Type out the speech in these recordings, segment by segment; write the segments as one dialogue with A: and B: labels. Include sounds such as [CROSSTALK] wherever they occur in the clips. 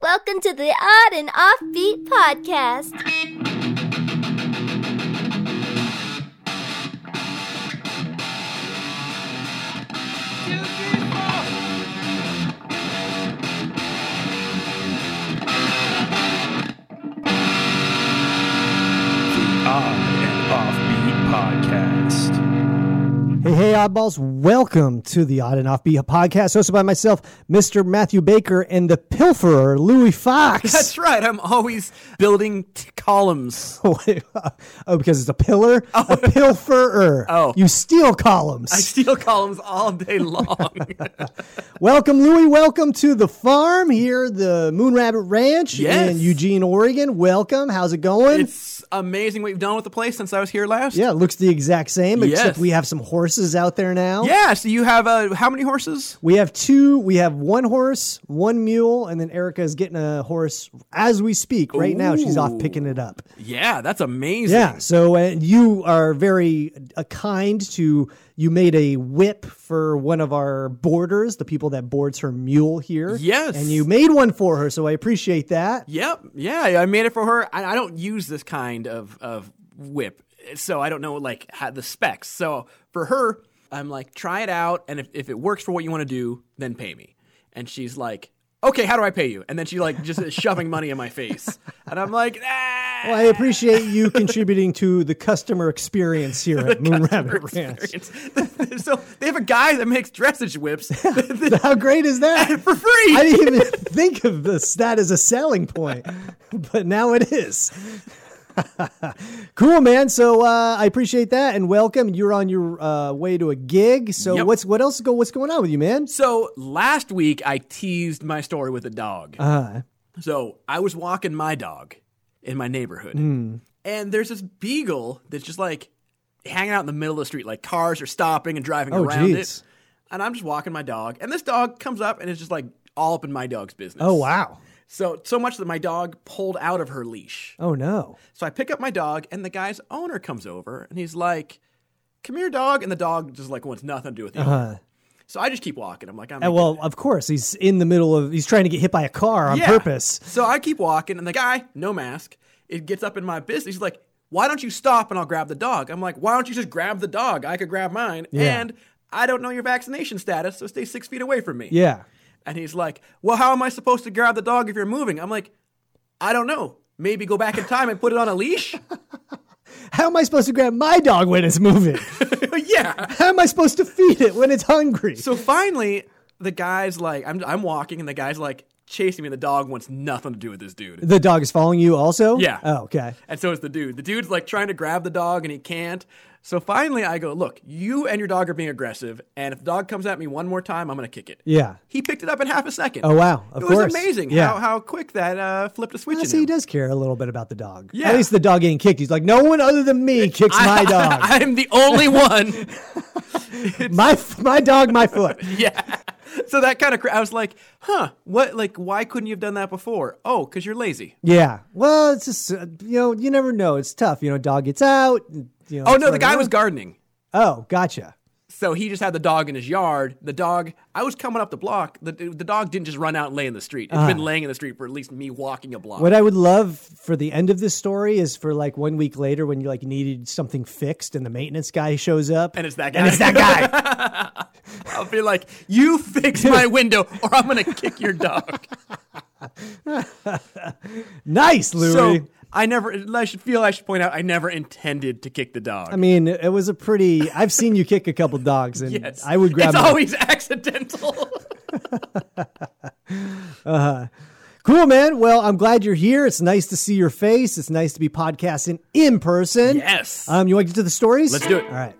A: welcome to the Odd and Offbeat Podcast.
B: Odd and Offbeat Podcast.
C: Hey, hey, oddballs, welcome to the Odd and Offbeat podcast hosted by myself, Mr. Matthew Baker, and the pilferer, Louis Fox. [LAUGHS]
D: That's right. I'm always building t- columns.
C: oh, because it's a pillar? A
D: [LAUGHS]
C: pilferer.
D: Oh.
C: You steal columns.
D: I steal columns all day long.
C: Welcome, Louis. Welcome to the farm here, the Moon Rabbit Ranch
D: Yes.
C: in Eugene, Oregon. Welcome. How's it
D: [LAUGHS]
C: going?
D: it's amazing what you've done with the place since I was here last.
C: yeah, it looks the exact same, except
D: Yes.
C: we have some horses out there now.
D: Yeah. So you have uh, how many horses?
C: We have two. We have one horse, one mule, and then Erica is getting a horse as we speak right now. She's off
D: Ooh.
C: picking it up.
D: Yeah, that's amazing.
C: Yeah. So uh, you are very uh, kind to. You made a whip for one of our boarders, the people that boards her mule here.
D: Yes.
C: And you made one for her, so I appreciate that.
D: Yep. Yeah. I made it for her. I, I don't use this kind of of whip, so I don't know like how, the specs. So for her, I'm like, try it out, and if, if it works for what you want to do, then pay me. And she's like, okay, how do I pay you? And then she like just is shoving money in my face, and I'm like, ah.
C: Well, I appreciate you contributing to the customer experience
D: [LAUGHS]
C: here at Moon Rabbit [LAUGHS] Ranch.
D: experience. [LAUGHS] so they have a guy that makes dressage whips
C: [LAUGHS]
D: [LAUGHS]
C: How great is that?
D: for free. [LAUGHS]
C: I didn't even think of this, that as a selling point, [LAUGHS] but now it is. [LAUGHS] cool, man. So uh, I appreciate that and welcome. You're on your uh, way to a gig. So
D: Yep.
C: what's what else go? What's going on with you, man?
D: so last week I teased my story with a dog.
C: Uh,
D: So I was walking my dog in my neighborhood,
C: Hmm.
D: and there's this beagle that's just like hanging out in the middle of the street, like cars are stopping and driving
C: Oh,
D: around
C: jeez.
D: it. And I'm just walking my dog, and this dog comes up and is just like all up in my dog's business.
C: oh wow.
D: So so much that my dog pulled out of her leash.
C: Oh no.
D: So I pick up my dog, and the guy's owner comes over, and he's like, "Come here, dog." And the dog just like wants nothing to do with the owner. So I just keep walking. I'm like, I'm
C: Uh, Uh-huh. well, of course he's in the middle of. He's trying to get hit by a car on
D: Yeah.
C: purpose.
D: So I keep walking, and the guy, no mask, it gets up in my business. He's like, "Why don't you stop and I'll grab the dog?" I'm like, "Why don't you just grab the dog? I could grab mine."
C: Yeah.
D: And I don't know your vaccination status, so stay six feet away from me.
C: Yeah.
D: And he's like, "Well, how am I supposed to grab the dog if you're moving?" I'm like, "I don't know. Maybe go back in time and put it on a
C: [LAUGHS]
D: leash." [LAUGHS]
C: How am I supposed to grab my dog when it's
D: [LAUGHS]
C: moving?
D: yeah.
C: How am I supposed to feed it when it's hungry?
D: So finally, the guy's like, I'm, I'm walking, and the guy's like chasing me. The dog wants nothing to do with this dude.
C: the dog is following you, also.
D: Yeah.
C: Oh, okay.
D: And so is the dude. The dude's like trying to grab the dog, and he can't. So finally, I go, Look, you and your dog are being aggressive, and if the dog comes at me one more time, I'm going to kick it.
C: Yeah.
D: He picked it up in half a second.
C: Oh, wow. Of
D: it
C: course.
D: was amazing
C: Yeah.
D: how, how quick that uh, flipped a switch
C: I
D: in
C: see he
D: him.
C: does care a little bit about the dog.
D: Yeah.
C: At least the dog ain't kicked. He's like, no one other
D: [LAUGHS]
C: than me kicks my dog.
D: I'm the
C: [LAUGHS]
D: only one.
C: my my dog, my foot.
D: [LAUGHS] yeah. So that kind of, cra- I was like, huh, what, like, why couldn't you have done that before? Oh, because you're lazy.
C: Yeah. Well, it's just uh, you know you never know. It's tough. You know, dog gets out. You know,
D: Oh,
C: it's
D: no, the
C: running
D: guy
C: around.
D: was gardening.
C: Oh, gotcha.
D: So he just had the dog in his yard. The dog, I was coming up the block. The, the dog didn't just run out and lay in the street. It's been laying in the street for at least me walking a block.
C: What I would love for the end of this story is for like one week later when you like needed something fixed and the maintenance guy shows up
D: And it's that
C: And
D: guy.
C: it's that
D: [LAUGHS]
C: guy.
D: I'll be like, you [LAUGHS] fix my window or I'm going to kick your [LAUGHS] dog.
C: nice, Louis.
D: so I never, I should feel, I should point out, I never intended to kick the dog.
C: I mean, it was a pretty. I've seen you kick a couple dogs,
D: [LAUGHS]
C: and
D: yes.
C: I would grab.
D: It's
C: my-
D: always [LAUGHS] accidental.
C: Cool, man. Well, I'm glad you're here. It's nice to see your face. It's nice to be podcasting in person.
D: yes.
C: Um, you want to get to the stories?
D: Let's do it.
C: All right.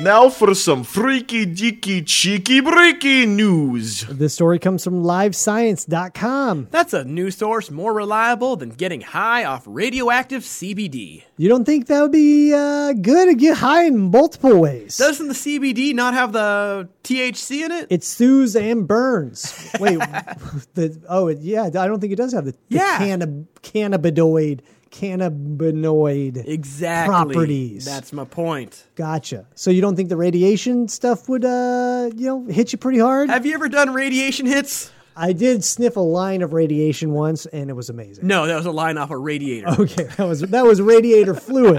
E: Now for some freaky deaky cheeky breaky news.
C: This story comes from livescience.com.
D: That's a news source more reliable than getting high off radioactive CBD.
C: You don't think that would be uh, good to get high in multiple ways?
D: Doesn't the CBD not have the THC in it?
C: it soothes and burns.
D: [LAUGHS]
C: Wait, [LAUGHS] the, oh it- yeah, I don't think it does have the, the
D: Yeah.
C: cannab- cannabinoid cannabinoid.
D: exactly.
C: properties.
D: That's my point.
C: Gotcha. So you don't think the radiation stuff would uh you know hit you pretty hard?
D: Have you ever done radiation hits?
C: I did sniff a line of radiation once, and it was amazing.
D: No, that was a line off a radiator.
C: [LAUGHS] Okay, that was that was radiator fluid.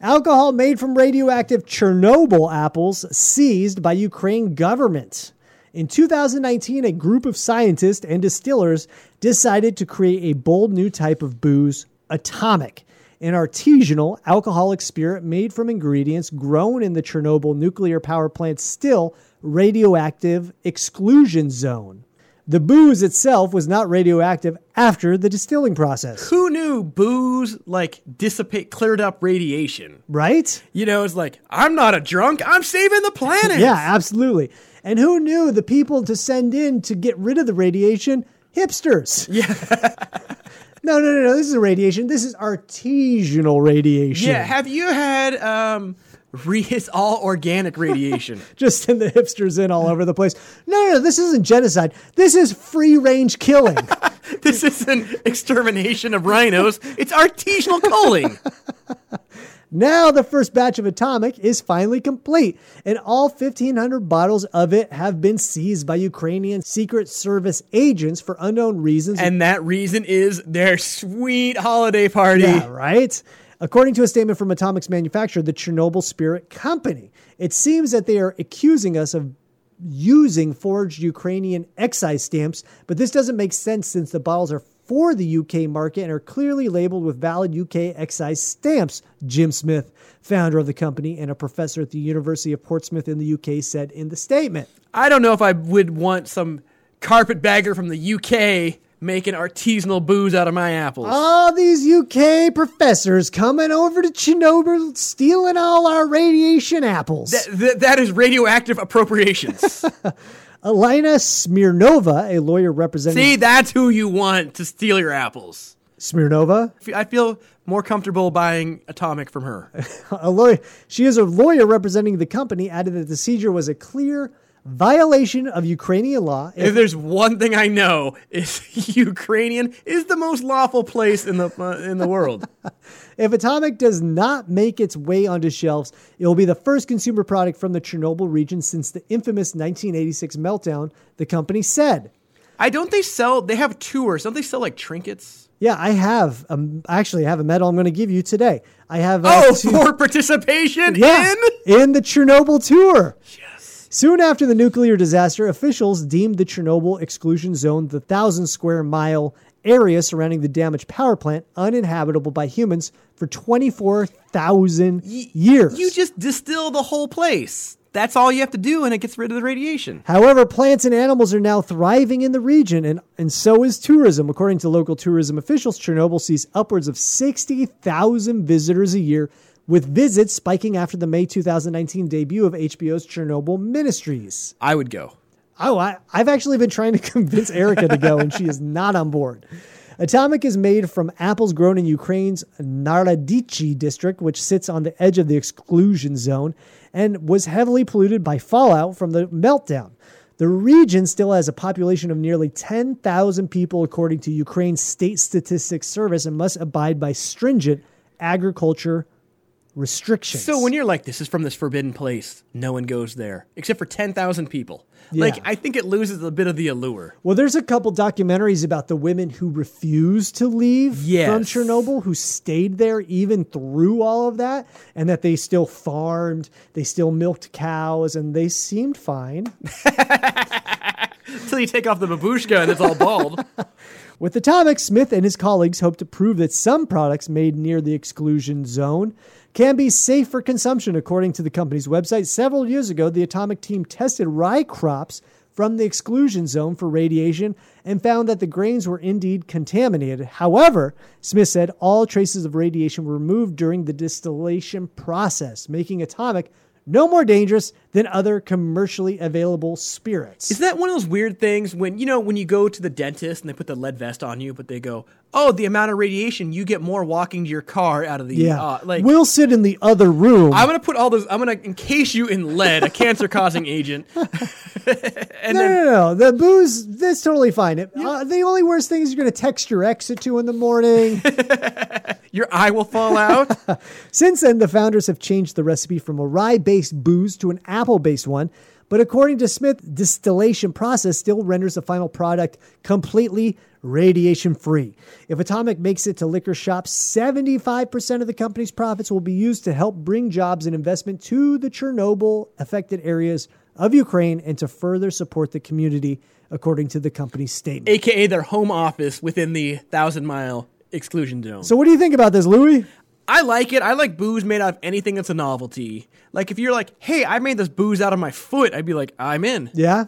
C: Alcohol made from radioactive Chernobyl apples seized by Ukraine government. In 2019, a group of scientists and distillers decided to create a bold new type of booze, atomic, an artisanal alcoholic spirit made from ingredients grown in the Chernobyl nuclear power plant's still radioactive exclusion zone. The booze itself was not radioactive after the distilling process,
D: Who knew booze like dissipate cleared up radiation?
C: right?
D: You know, it's like I'm not a drunk. I'm saving the [LAUGHS] planet.
C: [LAUGHS] Yeah, absolutely. And who knew the people to send in to get rid of the radiation? Hipsters. Yeah. [LAUGHS] no, no, no, no. This is radiation. This is artisanal radiation.
D: Yeah. Have you had um, re- it's all organic radiation?
C: [LAUGHS] Just send the hipsters in all over the place. No, no, no. This isn't genocide. This is free range killing.
D: [LAUGHS]
C: [LAUGHS]
D: this isn't extermination of rhinos. It's artisanal culling.
C: Now the first batch of Atomic is finally complete, and all 1,500 bottles of it have been seized by Ukrainian Secret Service agents for unknown reasons.
D: [LAUGHS] and that reason is their sweet holiday party.
C: yeah, right. According to a statement from Atomic's manufacturer, the Chernobyl Spirit Company, it seems that they are accusing us of using forged Ukrainian excise stamps, but this doesn't make sense since the bottles are for the UK market and are clearly labeled with valid UK excise stamps, Jim Smith, founder of the company and a professor at the University of Portsmouth in the UK, said in the statement.
D: I don't know if I would want some carpetbagger from the UK making artisanal booze out of my apples.
C: All these UK professors coming over to Chernobyl stealing all our radiation apples.
D: Th- th- that is radioactive appropriations.
C: Alina Smirnova, a lawyer representing
D: See, that's who you want to steal your apples.
C: Smirnova,
D: F- I feel more comfortable buying Atomic from her.
C: a lawyer. She is a lawyer representing the company. Added that the seizure was a clear violation of Ukrainian law.
D: [LAUGHS] if there's one thing I know, is [LAUGHS] Ukrainian is the most lawful place in the uh, in the world.
C: If Atomic does not make its way onto shelves, it will be the first consumer product from the Chernobyl region since the infamous 1986 meltdown. The company said.
D: [LAUGHS] I don't they sell. They have tours. Don't they sell like trinkets?
C: Yeah, I have. Um, actually, I have a medal I'm going to give you today. I have. uh,
D: [LAUGHS] Oh,
C: two-
D: for participation
C: Yeah,
D: in.
C: in the Chernobyl tour. Yes. Soon after the nuclear disaster, officials deemed the Chernobyl exclusion zone, the thousand square mile area surrounding the damaged power plant, uninhabitable by humans for 24,000 years.
D: You just distill the whole place. That's all you have to do, and it gets rid of the radiation.
C: However, plants and animals are now thriving in the region, and, and so is tourism. According to local tourism officials, Chernobyl sees upwards of 60,000 visitors a year, with visits spiking after the May 2019 debut of HBO's Chernobyl Ministries.
D: I would go.
C: Oh, I, I've actually been trying to [LAUGHS] convince Erica to go, and she is not on board. Atomic is made from apples grown in Ukraine's Naradichi district, which sits on the edge of the exclusion zone, and was heavily polluted by fallout from the meltdown. The region still has a population of nearly 10,000 people, according to Ukraine's State Statistics Service, and must abide by stringent agriculture restrictions.
D: So when you're like, this is from this forbidden place, no one goes there except for ten thousand people. Like, I think it loses a bit of the allure.
C: Well, there's a couple documentaries about the women who refused to leave
D: Yes.
C: from Chernobyl, who stayed there even through all of that, and that they still farmed, they still milked cows, and they seemed fine.
D: Until you take off the babushka and it's all bald.
C: With Atomic, Smith and his colleagues hope to prove that some products made near the exclusion zone can be safe for consumption, according to the company's website. Several years ago, the Atomic team tested rye crops from the exclusion zone for radiation and found that the grains were indeed contaminated. However, Smith said all traces of radiation were removed during the distillation process, making atomic no more dangerous than other commercially available
D: [LAUGHS]
C: spirits.
D: Is uh, that one of those weird things when you know when you go to the dentist and they put the lead vest on you, but they go, "Oh, the amount of radiation you get more walking to your car out of the
C: yeah,
D: uh, like."
C: we'll sit in the other room.
D: I'm gonna put all those. I'm gonna encase you in lead, a cancer-causing agent. [LAUGHS] and
C: no,
D: then
C: no, no, no. The booze, that's totally fine. It, uh, the only worst thing is you're going to text your ex at two in
D: [LAUGHS]
C: the morning.
D: your eye will fall
C: [LAUGHS]
D: out.
C: Since then, the founders have changed the recipe from a rye based booze to an apple based one. But according to Smith, distillation process still renders the final product completely radiation free. If Atomic makes it to liquor shops, 75% of the company's profits will be used to help bring jobs and investment to the Chernobyl affected areas of Ukraine and to further support the community, according to the company's statement.
D: aka their home office within the thousand mile exclusion zone.
C: So, what do you think about this, Louis?
D: I like it. I like booze made out of anything that's a novelty. Like if you're like, hey, I made this booze out of my foot, I'd be like, I'm in.
C: Yeah?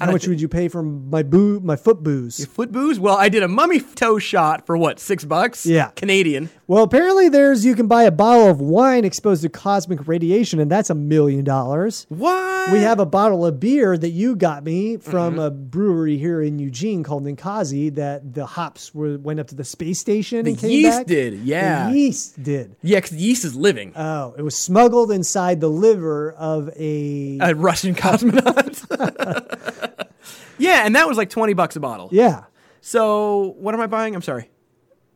C: How
D: like
C: much
D: it.
C: would you pay for my boo, my foot booze?
D: Foot booze? Well, I did a mummy toe shot for what, six bucks?
C: Yeah.
D: Canadian.
C: Well, apparently there's you can buy a bottle of wine exposed to cosmic radiation, and that's a million dollars.
D: What?
C: We have a bottle of beer that you got me from
D: Mm-hmm.
C: a brewery here in Eugene called Ninkazi that the hops were went up to the space station
D: The
C: and came
D: yeast
C: back.
D: did, yeah.
C: The yeast did.
D: Yeah, because yeast is living.
C: Oh, it was smuggled inside the liver of a
D: a Russian
C: [LAUGHS]
D: cosmonaut. [LAUGHS] yeah, and that was like 20 bucks a bottle.
C: yeah
D: So what am I buying? I'm sorry.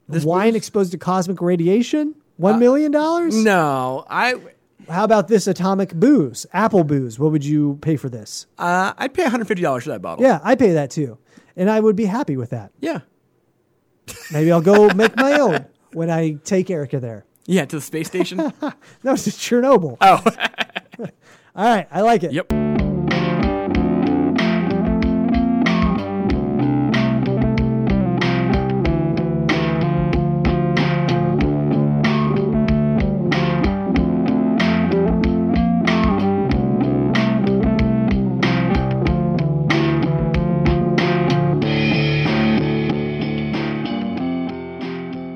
C: wine exposed to cosmic radiation. One million dollars?
D: Uh, No, I
C: How about this atomic booze, apple booze? What would you pay for this?
D: uh, I'd pay $150 for that bottle.
C: Yeah, I pay that too, and I would be happy with that.
D: Yeah.
C: Maybe I'll
D: [LAUGHS]
C: go make my own when I take Erica there.
D: Yeah, to the space station. [LAUGHS]
C: No, it's Chernobyl.
D: Oh.
C: [LAUGHS] All right, I like it.
D: Yep.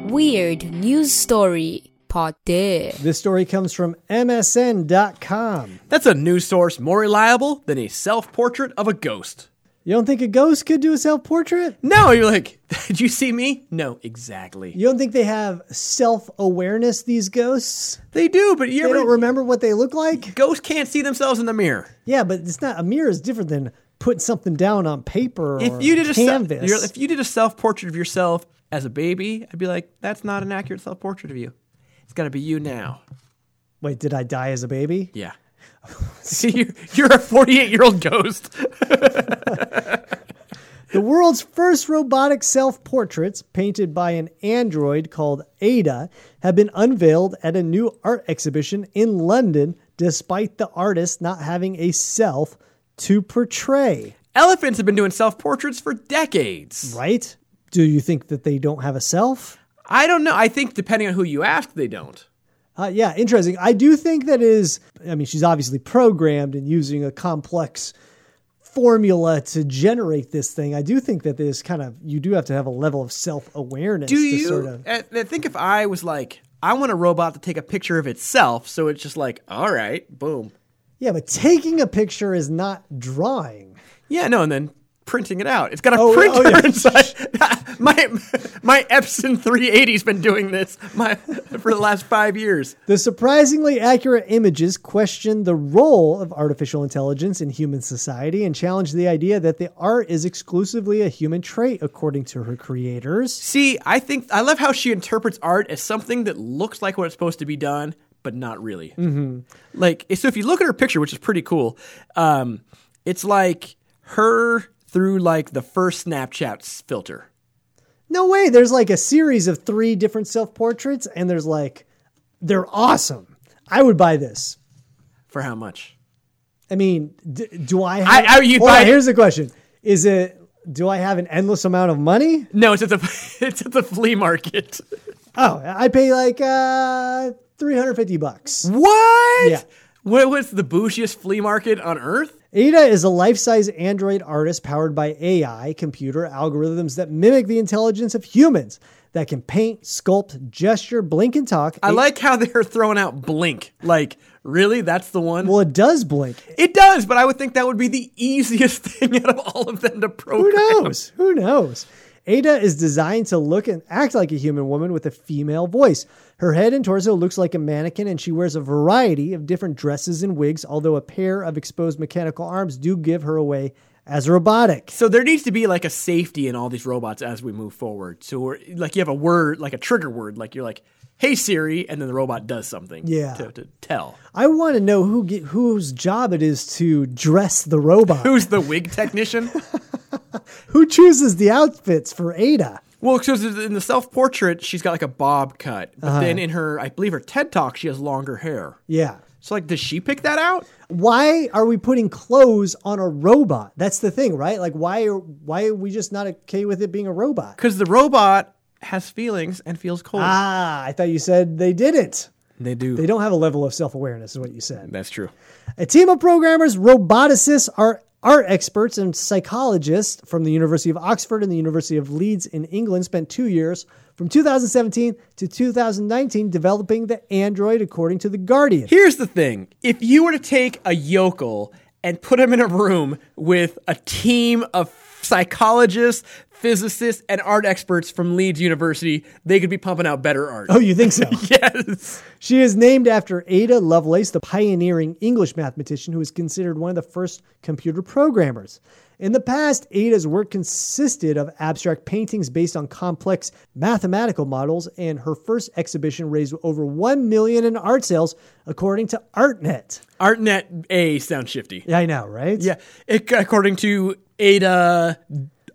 F: Weird news story part there.
C: This story comes from MSN.com.
D: That's a news source more reliable than a self portrait of a ghost.
C: You don't think a ghost could do a self portrait?
D: No, you're like, [LAUGHS] did you see me? No, exactly.
C: You don't think they have self awareness, these ghosts?
D: They do, but you
C: They don't
D: ever,
C: remember what they look like?
D: ghosts can't see themselves in the mirror.
C: Yeah, but it's not, a mirror is different than putting something down on paper or
D: If you did a se-
C: canvas.
D: you're- if you did a self portrait of yourself as a baby, I'd be like, that's not an accurate self portrait of you. It's gotta be you now.
C: Wait, did I die as a baby?
D: Yeah. [LAUGHS] see, you're, you're a 48 year old ghost.
C: The world's first robotic self portraits, painted by an android called Ada, have been unveiled at a new art exhibition in London, despite the artist not having a self to portray.
D: Elephants have been doing self portraits for decades.
C: Right? Do you think that they don't have a self?
D: I don't know. I think depending on who you ask, they don't.
C: Uh, yeah, interesting. I do think that is, I mean, she's obviously programmed and using a complex formula to generate this thing. I do think that this kind of, you do have to have a level of self awareness
D: do
C: to
D: you
C: sort of.
D: I- I think if I was like, I want a robot to take a picture of itself, so it's just like, all right, boom.
C: Yeah, but taking a picture is not drawing.
D: Yeah, no, and then printing it out. It's got a
C: Oh, yeah, oh,
D: printer [LAUGHS]
C: yeah.
D: inside. my my Epson 380's been doing this my for the last five years.
C: The surprisingly accurate images question the role of artificial intelligence in human society and challenge the idea that the art is exclusively a human trait, according to her creators.
D: See, I think I love how she interprets art as something that looks like what it's supposed to be done, but not really. Mm-hmm. Like, so if you look at her picture, which is pretty cool, um, it's like her through like the first Snapchat s- filter.
C: No way, there's like a series of three different self portraits, and there's like, they're awesome. I would buy this.
D: For how much?
C: I mean, d- do I have.
D: I- I- you'd
C: Hold on,
D: buy-
C: here's the question Is it, do I have an endless amount of money?
D: No, it's at the [LAUGHS] it's at the flea market.
C: Oh, I pay like uh, 350 bucks.
D: What?
C: Yeah.
D: What was the bougiest flea market on earth?
C: Ada is a life size android artist powered by AI computer algorithms that mimic the intelligence of humans that can paint, sculpt, gesture, blink, and talk.
D: I like how they're throwing out blink. Like, really? That's the one?
C: Well, it does blink.
D: it does, but I would think that would be the easiest [LAUGHS] thing out of all of them to
C: Who
D: program.
C: knows? Who knows? Ada is designed to look and act like a human woman with a female voice. Her head and torso looks like a mannequin, and she wears a variety of different dresses and wigs, although a pair of exposed mechanical arms do give her away as robotic.
D: So there needs to be like a safety in all these robots as we move forward. So we're, like you have a word, like a trigger word, like you're like, "Hey Siri," and then the robot does something.
C: Yeah.
D: To, to tell
C: I want to know who ge- whose job it is to dress the robot.
D: who's the wig technician.
C: Who chooses the outfits for Ada?
D: Well, because in the self portrait, she's got like a bob cut, but
C: Uh-huh.
D: then in her, I believe her TED talk, she has longer hair.
C: Yeah.
D: So like, does she pick that out?
C: Why are we putting clothes on a robot? That's the thing, right? Like why are why are we just not okay with it being a robot?
D: Because the robot has feelings and feels cold.
C: Ah, I thought you said they didn't.
D: they do.
C: They don't have a level of self awareness, is what you
D: [LAUGHS]
C: said.
D: That's true.
C: A team of programmers, roboticists, are art experts, and psychologists from the University of Oxford and the University of Leeds in England spent two years from 2017 to 2019 developing the android, according to The Guardian.
D: Here's the thing: if you were to take a yokel and put him in a room with a team of psychologists, physicists, and art experts from Leeds University, they could be pumping out better art.
C: Oh, you think so?
D: [LAUGHS] yes.
C: She is named after Ada Lovelace, the pioneering English mathematician who is considered one of the first computer programmers. In the past, Ada's work consisted of abstract paintings based on complex mathematical models, and her first exhibition raised over 1 million in art sales, according to ArtNet.
D: ArtNet A sounds shifty.
C: Yeah, I know, right?
D: Yeah, it, according to Ada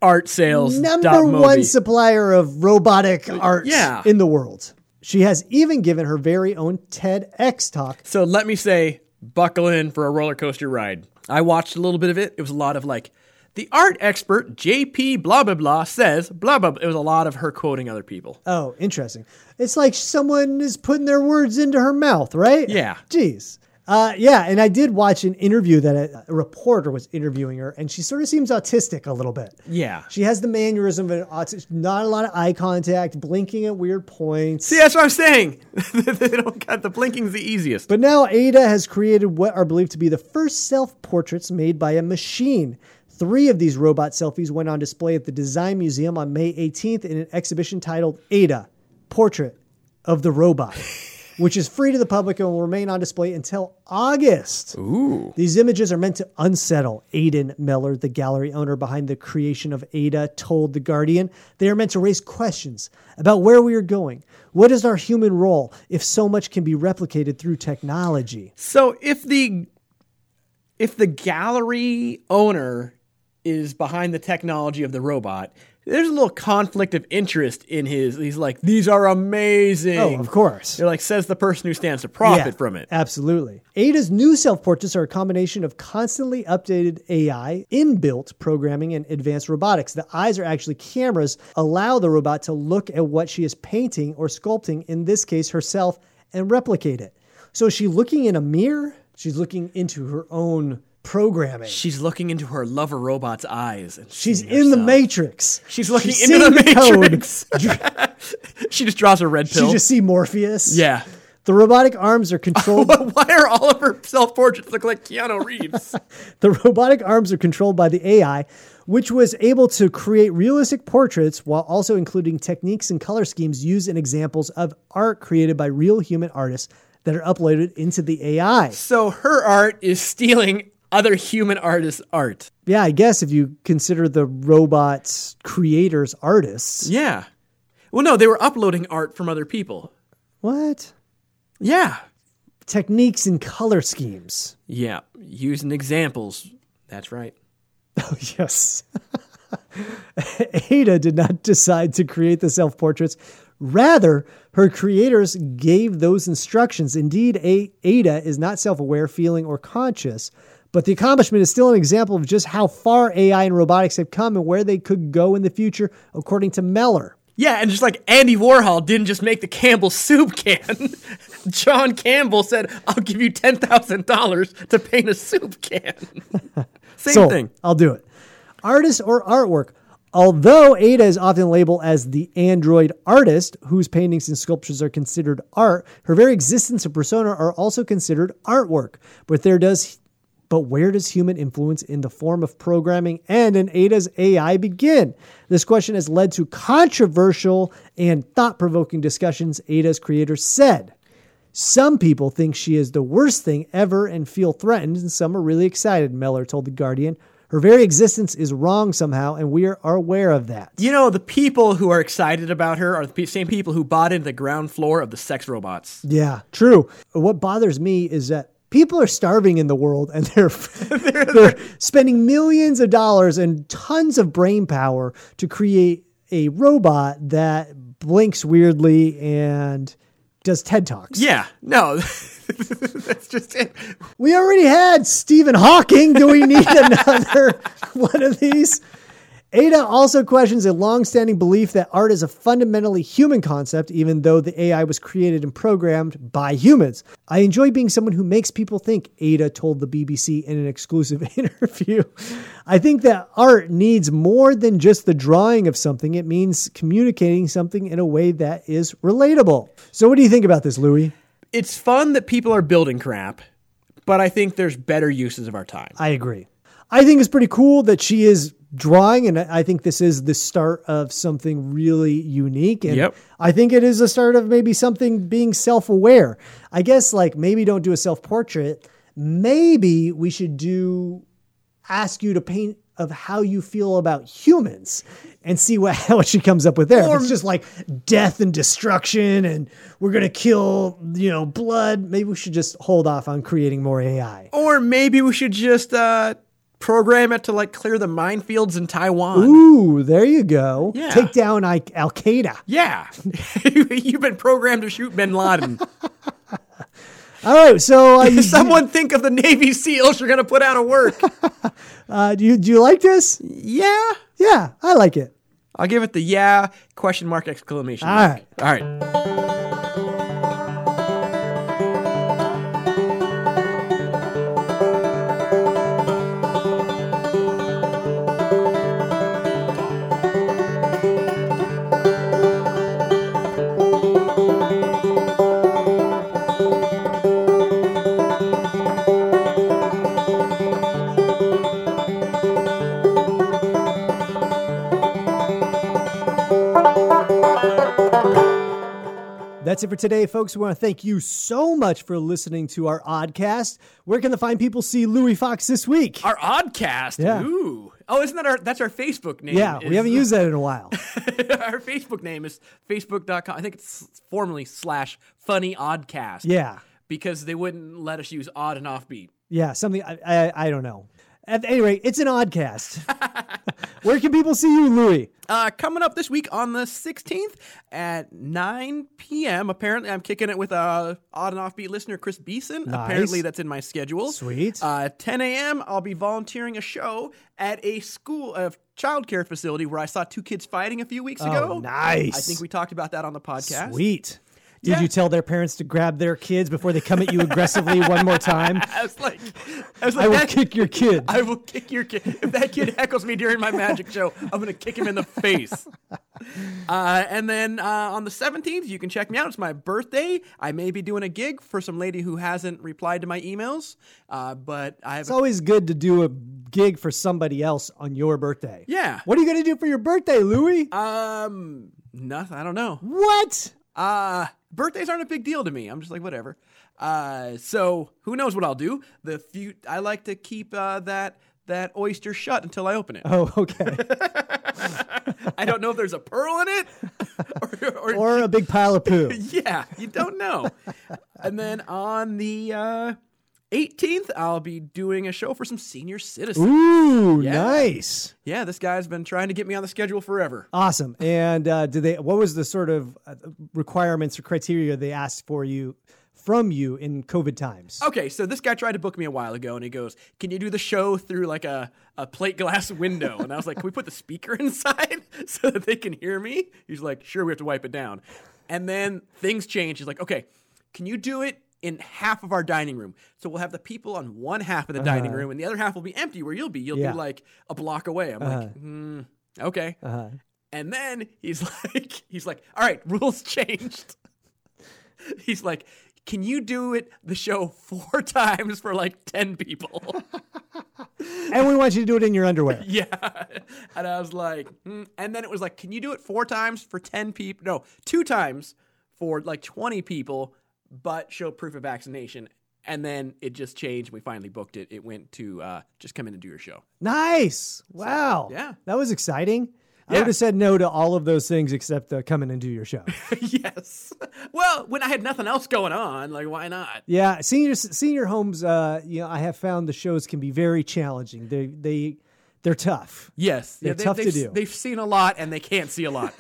D: Art Sales.
C: Number one supplier of robotic art
D: yeah.
C: in the world. She has even given her very own TEDx talk.
D: So let me say, buckle in for a roller coaster ride. I watched a little bit of it. It was a lot of like, the art expert JP blah blah blah says blah blah. blah." It was a lot of her quoting other people.
C: Oh, interesting. It's like someone is putting their words into her mouth, right?
D: Yeah.
C: Jeez. Uh, yeah, and I did watch an interview that a, a reporter was interviewing her, and she sort of seems autistic a little bit.
D: Yeah.
C: She has the mannerism of an autistic, not a lot of eye contact, blinking at weird points.
D: See, that's what I'm saying. [LAUGHS] they don't got the blinking's the easiest.
C: But now Ada has created what are believed to be the first self portraits made by a machine. Three of these robot selfies went on display at the Design Museum on May 18th in an exhibition titled Ada Portrait of the Robot, [LAUGHS] which is free to the public and will remain on display until August. Ooh. These images are meant to unsettle. Aidan Mellor, the gallery owner behind the creation of Ada, told The Guardian they are meant to raise questions about where we are going. What is our human role if so much can be replicated through technology?
D: So if the if the gallery owner is behind the technology of the robot, there's a little conflict of interest in his. He's like, these are amazing.
C: Oh, of course.
D: They're like, says the person who stands to profit
C: Yeah,
D: from it.
C: Absolutely. Ada's new self portraits are a combination of constantly updated AI, inbuilt programming, and advanced robotics. The eyes are actually cameras, allow the robot to look at what she is painting or sculpting, in this case herself, and replicate it. So is she looking in a mirror? She's looking into her own programming.
D: She's looking into her lover robot's eyes. And
C: She's
D: seeing
C: in the
D: herself.
C: Matrix.
D: She's looking
C: She's
D: into the
C: seeing code. [LAUGHS]
D: matrix. [LAUGHS] she just draws her red
C: She
D: pill.
C: just see Morpheus.
D: yeah. [LAUGHS]
C: The robotic arms are controlled
D: Why are all of her self portraits look like Keanu
C: [LAUGHS]
D: Reeves?
C: The robotic arms are controlled by the AI, which was able to create realistic portraits while also including techniques and color schemes used in examples of art created by real human artists that are uploaded into the AI.
D: so her art is stealing other human artists' art.
C: Yeah, I guess if you consider the robot's creators artists.
D: Yeah. Well, no, they were uploading art from other people.
C: What?
D: Yeah.
C: Techniques and color schemes.
D: Yeah. Using examples. That's right.
C: [LAUGHS] Oh, yes. Ada did not decide to create the self portraits. Rather, her creators gave those instructions. Indeed, A- Ada is not self aware, feeling, or conscious, but the accomplishment is still an example of just how far AI and robotics have come and where they could go in the future, according to Meller.
D: Yeah, and just like Andy Warhol didn't just make the Campbell soup can. [LAUGHS] John Campbell said, I'll give you $10,000 to paint a soup can. [LAUGHS] Same
C: Sold.
D: thing.
C: I'll do it. Artist or artwork. Although Ada is often labeled as the android artist, whose paintings and sculptures are considered art, her very existence and persona are also considered artwork. But there does but where does human influence in the form of programming and in Ada's AI begin? This question has led to controversial and thought-provoking discussions, Ada's creator said. Some people think she is the worst thing ever and feel threatened, and some are really excited, Meller told The Guardian. Her very existence is wrong somehow, and we are, are aware of that.
D: You know, the people who are excited about her are the pe- same people who bought into the ground floor of the sex robots.
C: Yeah, true. What bothers me is that people are starving in the world and [LAUGHS] they're, they're, spending millions of dollars and tons of brain power to create a robot that blinks weirdly and does TED Talks.
D: Yeah, no, [LAUGHS] that's just it.
C: We already had Stephen Hawking. Do we need another [LAUGHS] one of these? Ada also questions a longstanding belief that art is a fundamentally human concept, even though the AI was created and programmed by humans. I enjoy being someone who makes people think, Ada told the BBC in an exclusive [LAUGHS] interview. I think that art needs more than just the drawing of something, it means communicating something in a way that is relatable. So, what do you think about this, Louis?
D: It's fun that people are building crap, but I think there's better uses of our time.
C: I agree. I think it's pretty cool that she is drawing, and I I think this is the start of something really unique. And
D: Yep.
C: I think it is the start of maybe something being self aware. I guess, like, maybe don't do a self portrait. Maybe we should do ask you to paint of how you feel about humans and see what [LAUGHS] what she comes up with there. If it's just like death and destruction and we're gonna kill, you know, blood. Maybe we should just hold off on creating more AI.
D: Or maybe we should just uh, program it to like clear the minefields in Taiwan.
C: Ooh, there you go.
D: Yeah.
C: Take down I- Al Qaeda.
D: Yeah, [LAUGHS] you've been programmed to shoot Bin
C: [LAUGHS]
D: Laden.
C: All right. So,
D: [LAUGHS]
C: uh, you,
D: Someone think of the Navy SEALs you're going to put out of work.
C: uh, do you do you like this?
D: yeah,
C: Yeah, I like it.
D: I'll give it the yeah question mark exclamation.
C: All
D: mark.
C: right.
D: all right.
C: That's it for today, folks. We want to thank you so much for listening to our oddcast. Where can the fine people see Louis Fox this week?
D: Our oddcast.
C: Yeah.
D: Ooh. Oh, isn't that our? That's our Facebook name.
C: yeah, we
D: is-
C: haven't used that
D: [LAUGHS]
C: in a while.
D: our Facebook name is facebook.com. I think it's formerly slash funny oddcast.
C: Yeah,
D: Because they wouldn't let us use odd and offbeat.
C: yeah, something I I, I don't know. At any rate, it's
D: [LAUGHS]
C: an oddcast. Where can people see you, Louis?
D: Uh, coming up this week on the 16th at 9 p.m. Apparently, I'm kicking it with uh, odd and offbeat listener Chris Beeson. Apparently, that's in my schedule.
C: Sweet.
D: Uh, 10 a.m. I'll be volunteering a show at a school of childcare facility where I saw two kids fighting a few weeks ago.
C: Oh, nice.
D: I think we talked about that on the podcast.
C: Sweet. Did
D: Yeah.
C: you tell their parents to grab their kids before they come
D: [LAUGHS]
C: at you aggressively one more time?
D: I was like, I was like,
C: I will
D: that-
C: kick your kid.
D: [LAUGHS] I will kick your kid. If that kid heckles me during my magic show, I'm going to kick him in the face. Uh, and then uh, on the 17th, you can check me out. It's my birthday. I may be doing a gig for some lady who hasn't replied to my emails, uh, but I have.
C: It's always good to do a gig for somebody else on your birthday.
D: Yeah. Uh,
C: What are you going to do for your birthday, Louis?
D: um, nothing. I don't know.
C: what?
D: Uh, birthdays aren't a big deal to me. I'm just like whatever. Uh, so who knows what I'll do? The few I like to keep uh, that that oyster shut until I open it.
C: Oh, okay.
D: I don't know if there's a pearl in it [LAUGHS] or, or,
C: [LAUGHS] or a big pile of poo.
D: [LAUGHS] yeah, you don't know. and then on the uh, 18th, I'll be doing a show for some senior citizens.
C: Ooh,
D: Yeah.
C: nice.
D: Yeah, this guy's been trying to get me on the schedule forever.
C: Awesome. And uh, did they? What was the sort of uh, requirements or criteria they asked for you from you in COVID times.
D: Okay, so this guy tried to book me a while ago, and he goes, "Can you do the show through like a, a plate glass window?" And I was like, "Can we put the speaker [LAUGHS] inside so that they can hear me?" He's like, "Sure, we have to wipe it down." And then things change. He's like, "Okay, can you do it in half of our dining room?" So we'll have the people on one half of the dining room, and the other half will be empty where you'll be. You'll
C: Yeah.
D: be like a block away. I'm like, hmm, "Okay." And then he's [LAUGHS] like, he's like, "All right, [LAUGHS] rules changed." [LAUGHS] He's like, "Can you do it the show four [LAUGHS] times for like ten people?" [LAUGHS]
C: And we want you to do it in your underwear.
D: yeah, [LAUGHS] and I was like, hmm. and then it was like, "Can you do it four times for ten people? No, two times for like twenty people, but show proof of vaccination." And then it just changed. We finally booked it. It went to uh, just come in and do your show.
C: Nice. Wow.
D: yeah.
C: That was exciting. I
D: Yeah.
C: would have said no to all of those things except uh, come in and do your show.
D: [LAUGHS] yes. Well, when I had nothing else going on, like why not?
C: yeah, senior senior homes. Uh, you know, I have found the shows can be very challenging. They they they're tough.
D: Yes,
C: They're tough to
D: have
C: do.
D: They've seen a lot and they can't see a
C: [LAUGHS]
D: lot.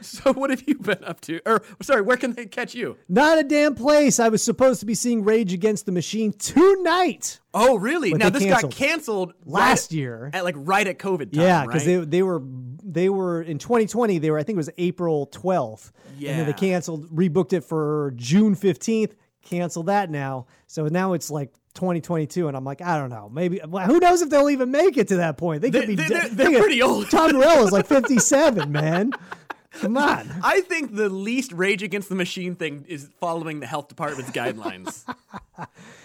D: so what have you been up to? Or sorry, where can they catch you?
C: Not a damn place. I was supposed to be seeing Rage Against the Machine tonight.
D: Oh, really?
C: But
D: now
C: they
D: this
C: canceled.
D: got canceled
C: Last
D: right-
C: year.
D: at like right at COVID time.
C: Yeah,
D: because
C: because they they were they were in 2020. They were I think it was April 12th. and then
D: Yeah.
C: they canceled, rebooked it for June 15th. Cancel that now. So now it's like 2022, and I'm like, I don't know. Maybe well, who knows if they'll even make it to that point? They could
D: They-
C: be.
D: they-
C: dead-
D: they're- they're
C: they could-
D: pretty old.
C: Tom Morello's
D: [LAUGHS]
C: like 57, man. Come on.
D: I think the least rage against the machine thing is following the health department's
C: [LAUGHS]
D: guidelines.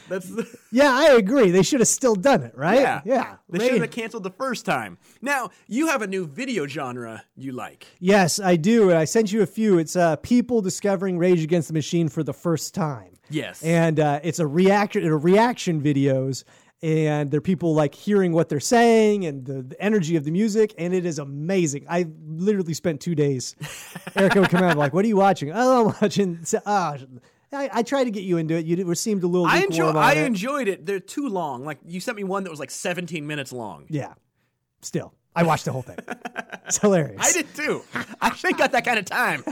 D: That's the,
C: Yeah, I agree. They should have still done it, right?
D: yeah.
C: yeah.
D: They
C: Rage-
D: should have canceled the first time. Now, you have a new video genre you like.
C: Yes, I do. And I sent you a few. It's uh, people discovering Rage Against the Machine for the first time.
D: Yes.
C: And uh, it's a reaction, uh, reaction videos. And they're people like hearing what they're saying and the, the energy of the music. And it is amazing. I literally spent two
D: [LAUGHS]
C: days. Erica would come out and be like, What are you watching? Oh, I'm watching. So, ah, I, I tried to get you into it. You did- seemed a little.
D: I
C: lukewarm
D: enjoy.
C: on
D: I
C: it.
D: enjoyed it. They're too long. Like you sent me one that was like 17 minutes long.
C: Yeah. Still, I watched the
D: [LAUGHS]
C: whole thing. It's hilarious.
D: I did too. [LAUGHS] I actually got that kind of time.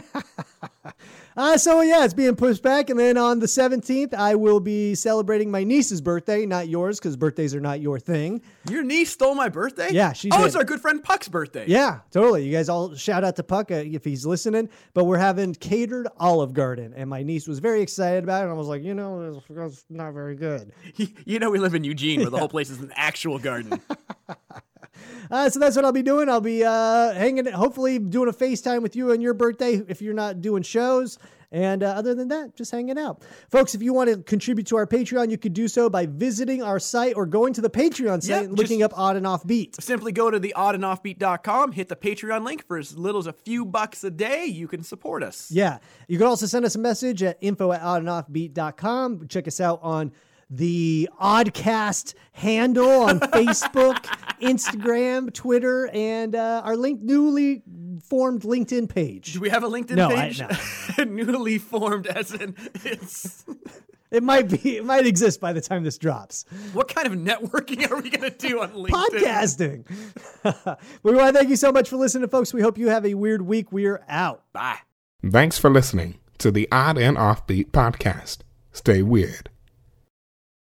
C: Uh, so yeah, it's being pushed back, and then on the seventeenth, I will be celebrating my niece's birthday, not yours, because birthdays are not your thing.
D: Your niece stole my birthday.
C: Yeah, she
D: Oh,
C: did.
D: it's our good friend Puck's birthday.
C: Yeah, totally. You guys all shout out to Puck uh, if he's listening. But we're having catered Olive Garden, and my niece was very excited about it. And I was like, you know, it's not very good.
D: [LAUGHS] You know we live in Eugene,
C: [LAUGHS]
D: where the whole place is an actual garden.
C: Uh, so that's what I'll be doing. I'll be uh, hanging, hopefully doing a FaceTime with you on your birthday if you're not doing shows. And uh, other than that, just hanging out. Folks, if you want to contribute to our Patreon, you could do so by visiting our site or going to the Patreon site
D: Yep,
C: and looking
D: just-
C: up Odd and Off Beat.
D: Simply go to the oddandoffbeat.com, hit the Patreon link for as little as a few bucks a day. You can support us.
C: Yeah. You can also send us a message at info at oddandoffbeat.com. Check us out on the Oddcast handle on Facebook, Instagram, Twitter, and uh, our link- newly formed LinkedIn page.
D: Do we have a LinkedIn
C: No, I-
D: page? [LAUGHS] Newly formed, as in it's.
C: It might be. It might exist by the time this drops.
D: What kind of networking [LAUGHS] are we going to do on LinkedIn?
C: Podcasting. [LAUGHS] we want to thank you so much for listening, folks. We hope you have a weird week. We're out.
D: Bye.
G: Thanks for listening to the Odd and Offbeat podcast. Stay weird.